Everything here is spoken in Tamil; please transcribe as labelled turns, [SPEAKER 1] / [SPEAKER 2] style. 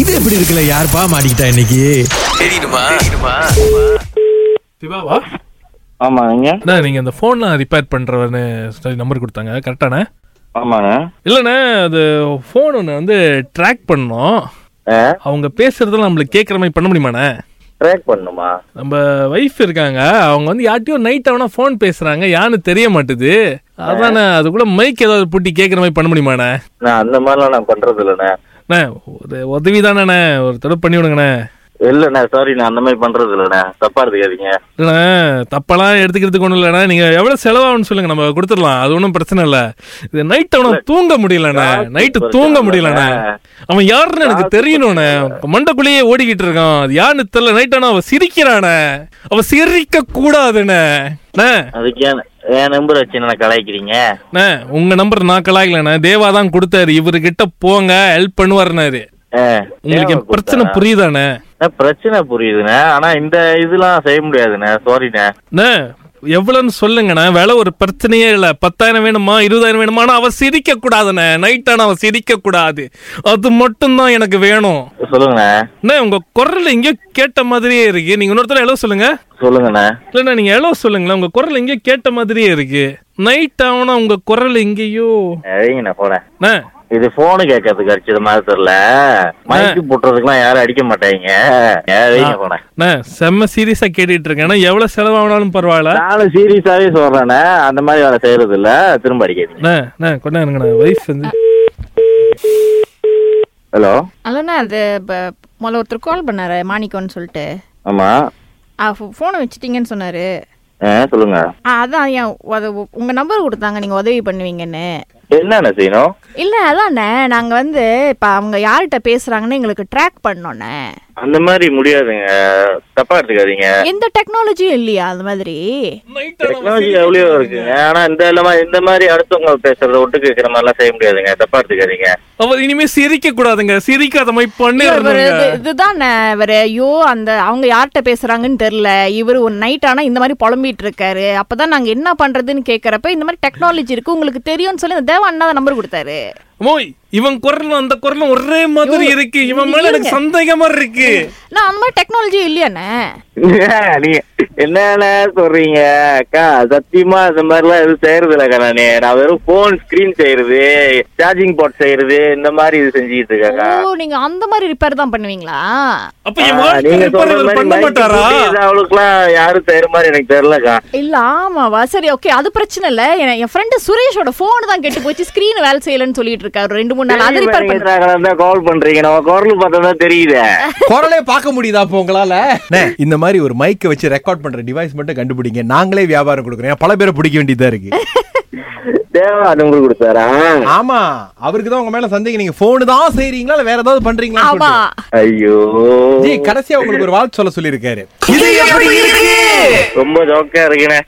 [SPEAKER 1] இது எப்படி இருக்குல்ல யாருப்பா மாட்டிக்கிட்டா இன்னைக்கு
[SPEAKER 2] சிவாவா
[SPEAKER 3] ஆமாங்க
[SPEAKER 2] அண்ணா நீங்க அந்த போன்லாம் ரிப்பேர் பண்றவன்னு சரி நம்பர் கொடுத்தாங்க கரெக்டாண்ணே
[SPEAKER 3] ஆமாங்க
[SPEAKER 2] இல்லைண்ணே அது ஃபோன் ஒன்று வந்து ட்ராக் பண்ணோம் அவங்க பேசுறதெல்லாம் நம்மளுக்கு கேட்குற மாதிரி பண்ண முடியுமாண்ணே
[SPEAKER 3] ட்ராக் பண்ணுமா
[SPEAKER 2] நம்ம வைஃப் இருக்காங்க அவங்க வந்து யார்ட்டையோ நைட் ஆனா ஃபோன் பேசுறாங்க யான்னு தெரிய மாட்டுது அதானே அதுக்குள்ள மைக் ஏதாவது பூட்டி கேட்குற மாதிரி பண்ண முடியுமாண்ணே
[SPEAKER 3] நான் அந்த மாதிரிலாம் நான் பண்றது இல்லைண்ணே
[SPEAKER 2] அண்ணே ஒரு உதவி தானேண்ணே ஒரு தடவை பண்ணி விடுங்கண்ணே
[SPEAKER 3] இல்லைண்ணே சாரி நான் அந்த மாதிரி பண்றது இல்லைண்ணே தப்பா எடுத்துக்காதீங்க
[SPEAKER 2] இல்லைண்ணே தப்பெல்லாம் எடுத்துக்கிறதுக்கு ஒன்றும் இல்லைண்ணே நீங்கள் எவ்வளோ செலவாகும்னு சொல்லுங்க நம்ம கொடுத்துடலாம் அது ஒன்றும் பிரச்சனை இல்லை இது நைட் அவனை தூங்க முடியலண்ணே நைட்டு தூங்க முடியலண்ணே அவன் யாருன்னு எனக்கு தெரியணும்ண்ணே அவன் மண்டைக்குள்ளேயே ஓடிக்கிட்டு இருக்கான் அது யாருன்னு தெரியல நைட் ஆனால் அவன் சிரிக்கிறானே அவன் சிரிக்க கூடாதுண்ணே அண்ணே,
[SPEAKER 3] அதுக்கு ஏன் என் நம்பர் வச்சு என்ன கலாய்க்கிறீங்க
[SPEAKER 2] அண்ணே உங்கள் நம்பர் நான் கலாய்க்கலண்ணே தேவா தான் கொடுத்தாரு இவர்கிட்ட போங்க ஹெல்ப் பண்ணுவாருன்னாரு
[SPEAKER 3] ஆ,
[SPEAKER 2] உங்களுக்கு என்
[SPEAKER 3] தேவை
[SPEAKER 2] பிரச்சனை
[SPEAKER 3] கொடுத்தா?
[SPEAKER 2] புரியுதாண்ணே
[SPEAKER 3] அண்ணே, பிரச்சனை புரியுதுண்ணே ஆனா இந்த இதெல்லாம் செய்ய முடியாதுண்ணே சாரிண்ணே
[SPEAKER 2] அண்ணே எவ்வளோன்னு சொல்லுங்கண்ணே வேலை ஒரு பிரச்சனையே இல்லை பத்தாயிரம் வேணுமா இருபதாயிரம் வேணுமா ஆனா அவ சிரிக்க கூடாதுண்ணே நைட் ஆனா அவ சிரிக்க கூடாது அது மட்டும்தான் எனக்கு வேணும்
[SPEAKER 3] சொல்லுங்கண்ணே
[SPEAKER 2] அண்ணே உங்க குரல் எங்கேயோ கேட்ட மாதிரியே இருக்கு நீங்க இன்னொருத்தர எவ்வளோ சொல்லுங்க
[SPEAKER 3] சொல்லுங்கண்ணே
[SPEAKER 2] இல்லைண்ணா நீங்க எவ்வளோ சொல்லுங்களேன் உங்க குரல் எங்கேயோ கேட்ட மாதிரியே இருக்கு நைட் ஆனா உங்க குரல் எங்கேயோ
[SPEAKER 3] அழகிங்கண்ணே போறேன்
[SPEAKER 2] அண்ணே
[SPEAKER 3] இது போனு கேட்கறதுக்கு அடிச்சது மாதிரி தெரியல மைக்கு போட்டுறதுக்குலாம் யாரும் அடிக்க மாட்டாங்க அழகிங்க போனேன்
[SPEAKER 2] அண்ணே செம்ம சீரியஸா கேட்டுட்டு இருக்கேன் அண்ணே, எவ்வளவு செலவானாலும் பரவாயில்ல
[SPEAKER 3] நானும் சீரியஸாவே சொல்றேண்ணே அந்த மாதிரி வேலை செய்யறது இல்ல திரும்ப அடிக்காதீங்க
[SPEAKER 2] அண்ணே அண்ணே கொண்டா இருங்கண்ணா வைஃப் வந்து
[SPEAKER 3] ஹலோ
[SPEAKER 4] அல்லனா அது ப- முதல்ல ஒருத்தர் கால் பண்ணாரு மாணிக்கம்னு சொல்லிட்டு
[SPEAKER 3] ஆமா
[SPEAKER 4] ஃபோனை வச்சுட்டீங்கன்னு சொன்னாரு
[SPEAKER 3] ஆ சொல்லுங்க
[SPEAKER 4] ஆ, அதான் ஏன் அது உ- உங்க நம்பர் கொடுத்தாங்க நீங்க உதவி பண்ணுவீங்கன்னு
[SPEAKER 3] என்னென்ன செய்யணும்
[SPEAKER 4] இல்ல அதானே நாங்க வந்து இப்ப அவங்க யார்கிட்ட பேசுறாங்கன்னு எங்களுக்கு ட்ராக் பண்ணோன்னே
[SPEAKER 3] அந்த மாதிரி முடியாதுங்க தப்பா எடுத்துக்காதீங்க
[SPEAKER 4] எந்த டெக்னாலஜியும் இல்லையா அந்த மாதிரி
[SPEAKER 2] நைட்
[SPEAKER 3] டெக்னாலஜி எவ்வளோ இருக்குங்க ஆனா இந்த இல்லாம இந்த மாதிரி அடுத்தவங்க பேசுறத ஒட்டு கேட்கற மாதிரிலாம் செய்ய முடியாதுங்க தப்பா எடுத்துக்காதீங்க
[SPEAKER 2] அவர் இனிமே சிரிக்க கூடாதுங்க சிரிக்காத மாதிரி
[SPEAKER 4] இவரு
[SPEAKER 2] பண்ணிடுறாங்க
[SPEAKER 4] இது- இதுதானே இவரு ஐயோ அந்த அவங்க யார்கிட்ட பேசுறாங்கன்னு தெரியல இவர் ஒரு நைட் ஆனா இந்த மாதிரி புலம்பிட்டு இருக்காரு அப்பதான் நாங்க என்ன பண்றதுன்னு கேக்குறப்ப இந்த மாதிரி டெக்னாலஜி இருக்கு உங்களுக்கு தெரியும்னு சொல்லி இந்த தேவ அண்ணா நம்பர் கொடுத்தாரு
[SPEAKER 2] மோய் இவன் குரலும் அந்த குரலும் ஒரே மாதிரி இருக்கு இவன் மேல எனக்கு சந்தேகமா இருக்கு
[SPEAKER 4] நான் அந்த மாதிரி டெக்னாலஜி இல்லையாண்ணே
[SPEAKER 3] நீங்க என்னென்ன சொல்றீங்க அக்கா சத்தியமா இந்த மாதிரிலாம் எதுவும் செய்யறது இல்லக்கா நானு நான் வெறும் போன் ஸ்கிரீன் செய்யறது சார்ஜிங் போர்ட் செய்யறது இந்த மாதிரி இது செஞ்சுக்கிட்டு
[SPEAKER 4] ஓ
[SPEAKER 3] இருக்கேக்கா
[SPEAKER 4] நீங்க அந்த மாதிரி ரிப்பேர் தான் பண்ணுவீங்களா
[SPEAKER 2] அப்ப என்
[SPEAKER 3] ஆ, நீங்க
[SPEAKER 2] வாழ்க்கை
[SPEAKER 3] சொல்ற
[SPEAKER 2] இவர்
[SPEAKER 3] மாதிரி
[SPEAKER 2] பண்ண
[SPEAKER 3] mic
[SPEAKER 2] மாட்டாரா
[SPEAKER 3] போட்டு இது அவளுக்குலாம் யாரும் செய்யற மாதிரி எனக்கு தெரியலக்கா
[SPEAKER 4] இல்ல ஆமாவா சரி ஓகே அது பிரச்சனை இல்ல என- என் ஃப்ரெண்ட் சுரேஷோட போன் தான் கெட்டு போச்சு ஸ்கிரீன் வேலை செய்யலன்னு சொல்லிட்டு இருக்காரு ரெண்டு மூணு நாள் அது ரிப்பேர் பண்ற
[SPEAKER 3] கால் பண்றீங்க நம்ம குரல் பார்த்தா தான் தெரியுதே
[SPEAKER 1] குரலே பார்க்க முடியுதா அப்போ உங்களால அண்ணே, இந்த மாதிரி ஒரு மைக்கை வச்சு ரெக்கார்ட் பண்ற டிவைஸ் மட்டும் கண்டுபிடிங்க நாங்களே வியாபாரம் கொடுக்குறோம் ஏன் பல பேரை பிடிக்க வேண்டியதா இருக்கு
[SPEAKER 3] தேவா அது உங்களுக்கு கொடுத்தாரா
[SPEAKER 1] ஆமா அவருக்கு தான் உங்க மேல சந்தேகம் நீங்க போனு தான் செய்றீங்களா இல்ல வேற ஏதாவது பண்றீங்களா
[SPEAKER 4] ஆமா
[SPEAKER 3] ஐயோ
[SPEAKER 1] ஜி கடைசியா உங்களுக்கு ஒரு வாழ்த்து சொல்ல சொல்லியிருக்காரு
[SPEAKER 3] ரொம்ப ஜோக்கா இருக்குண்ணே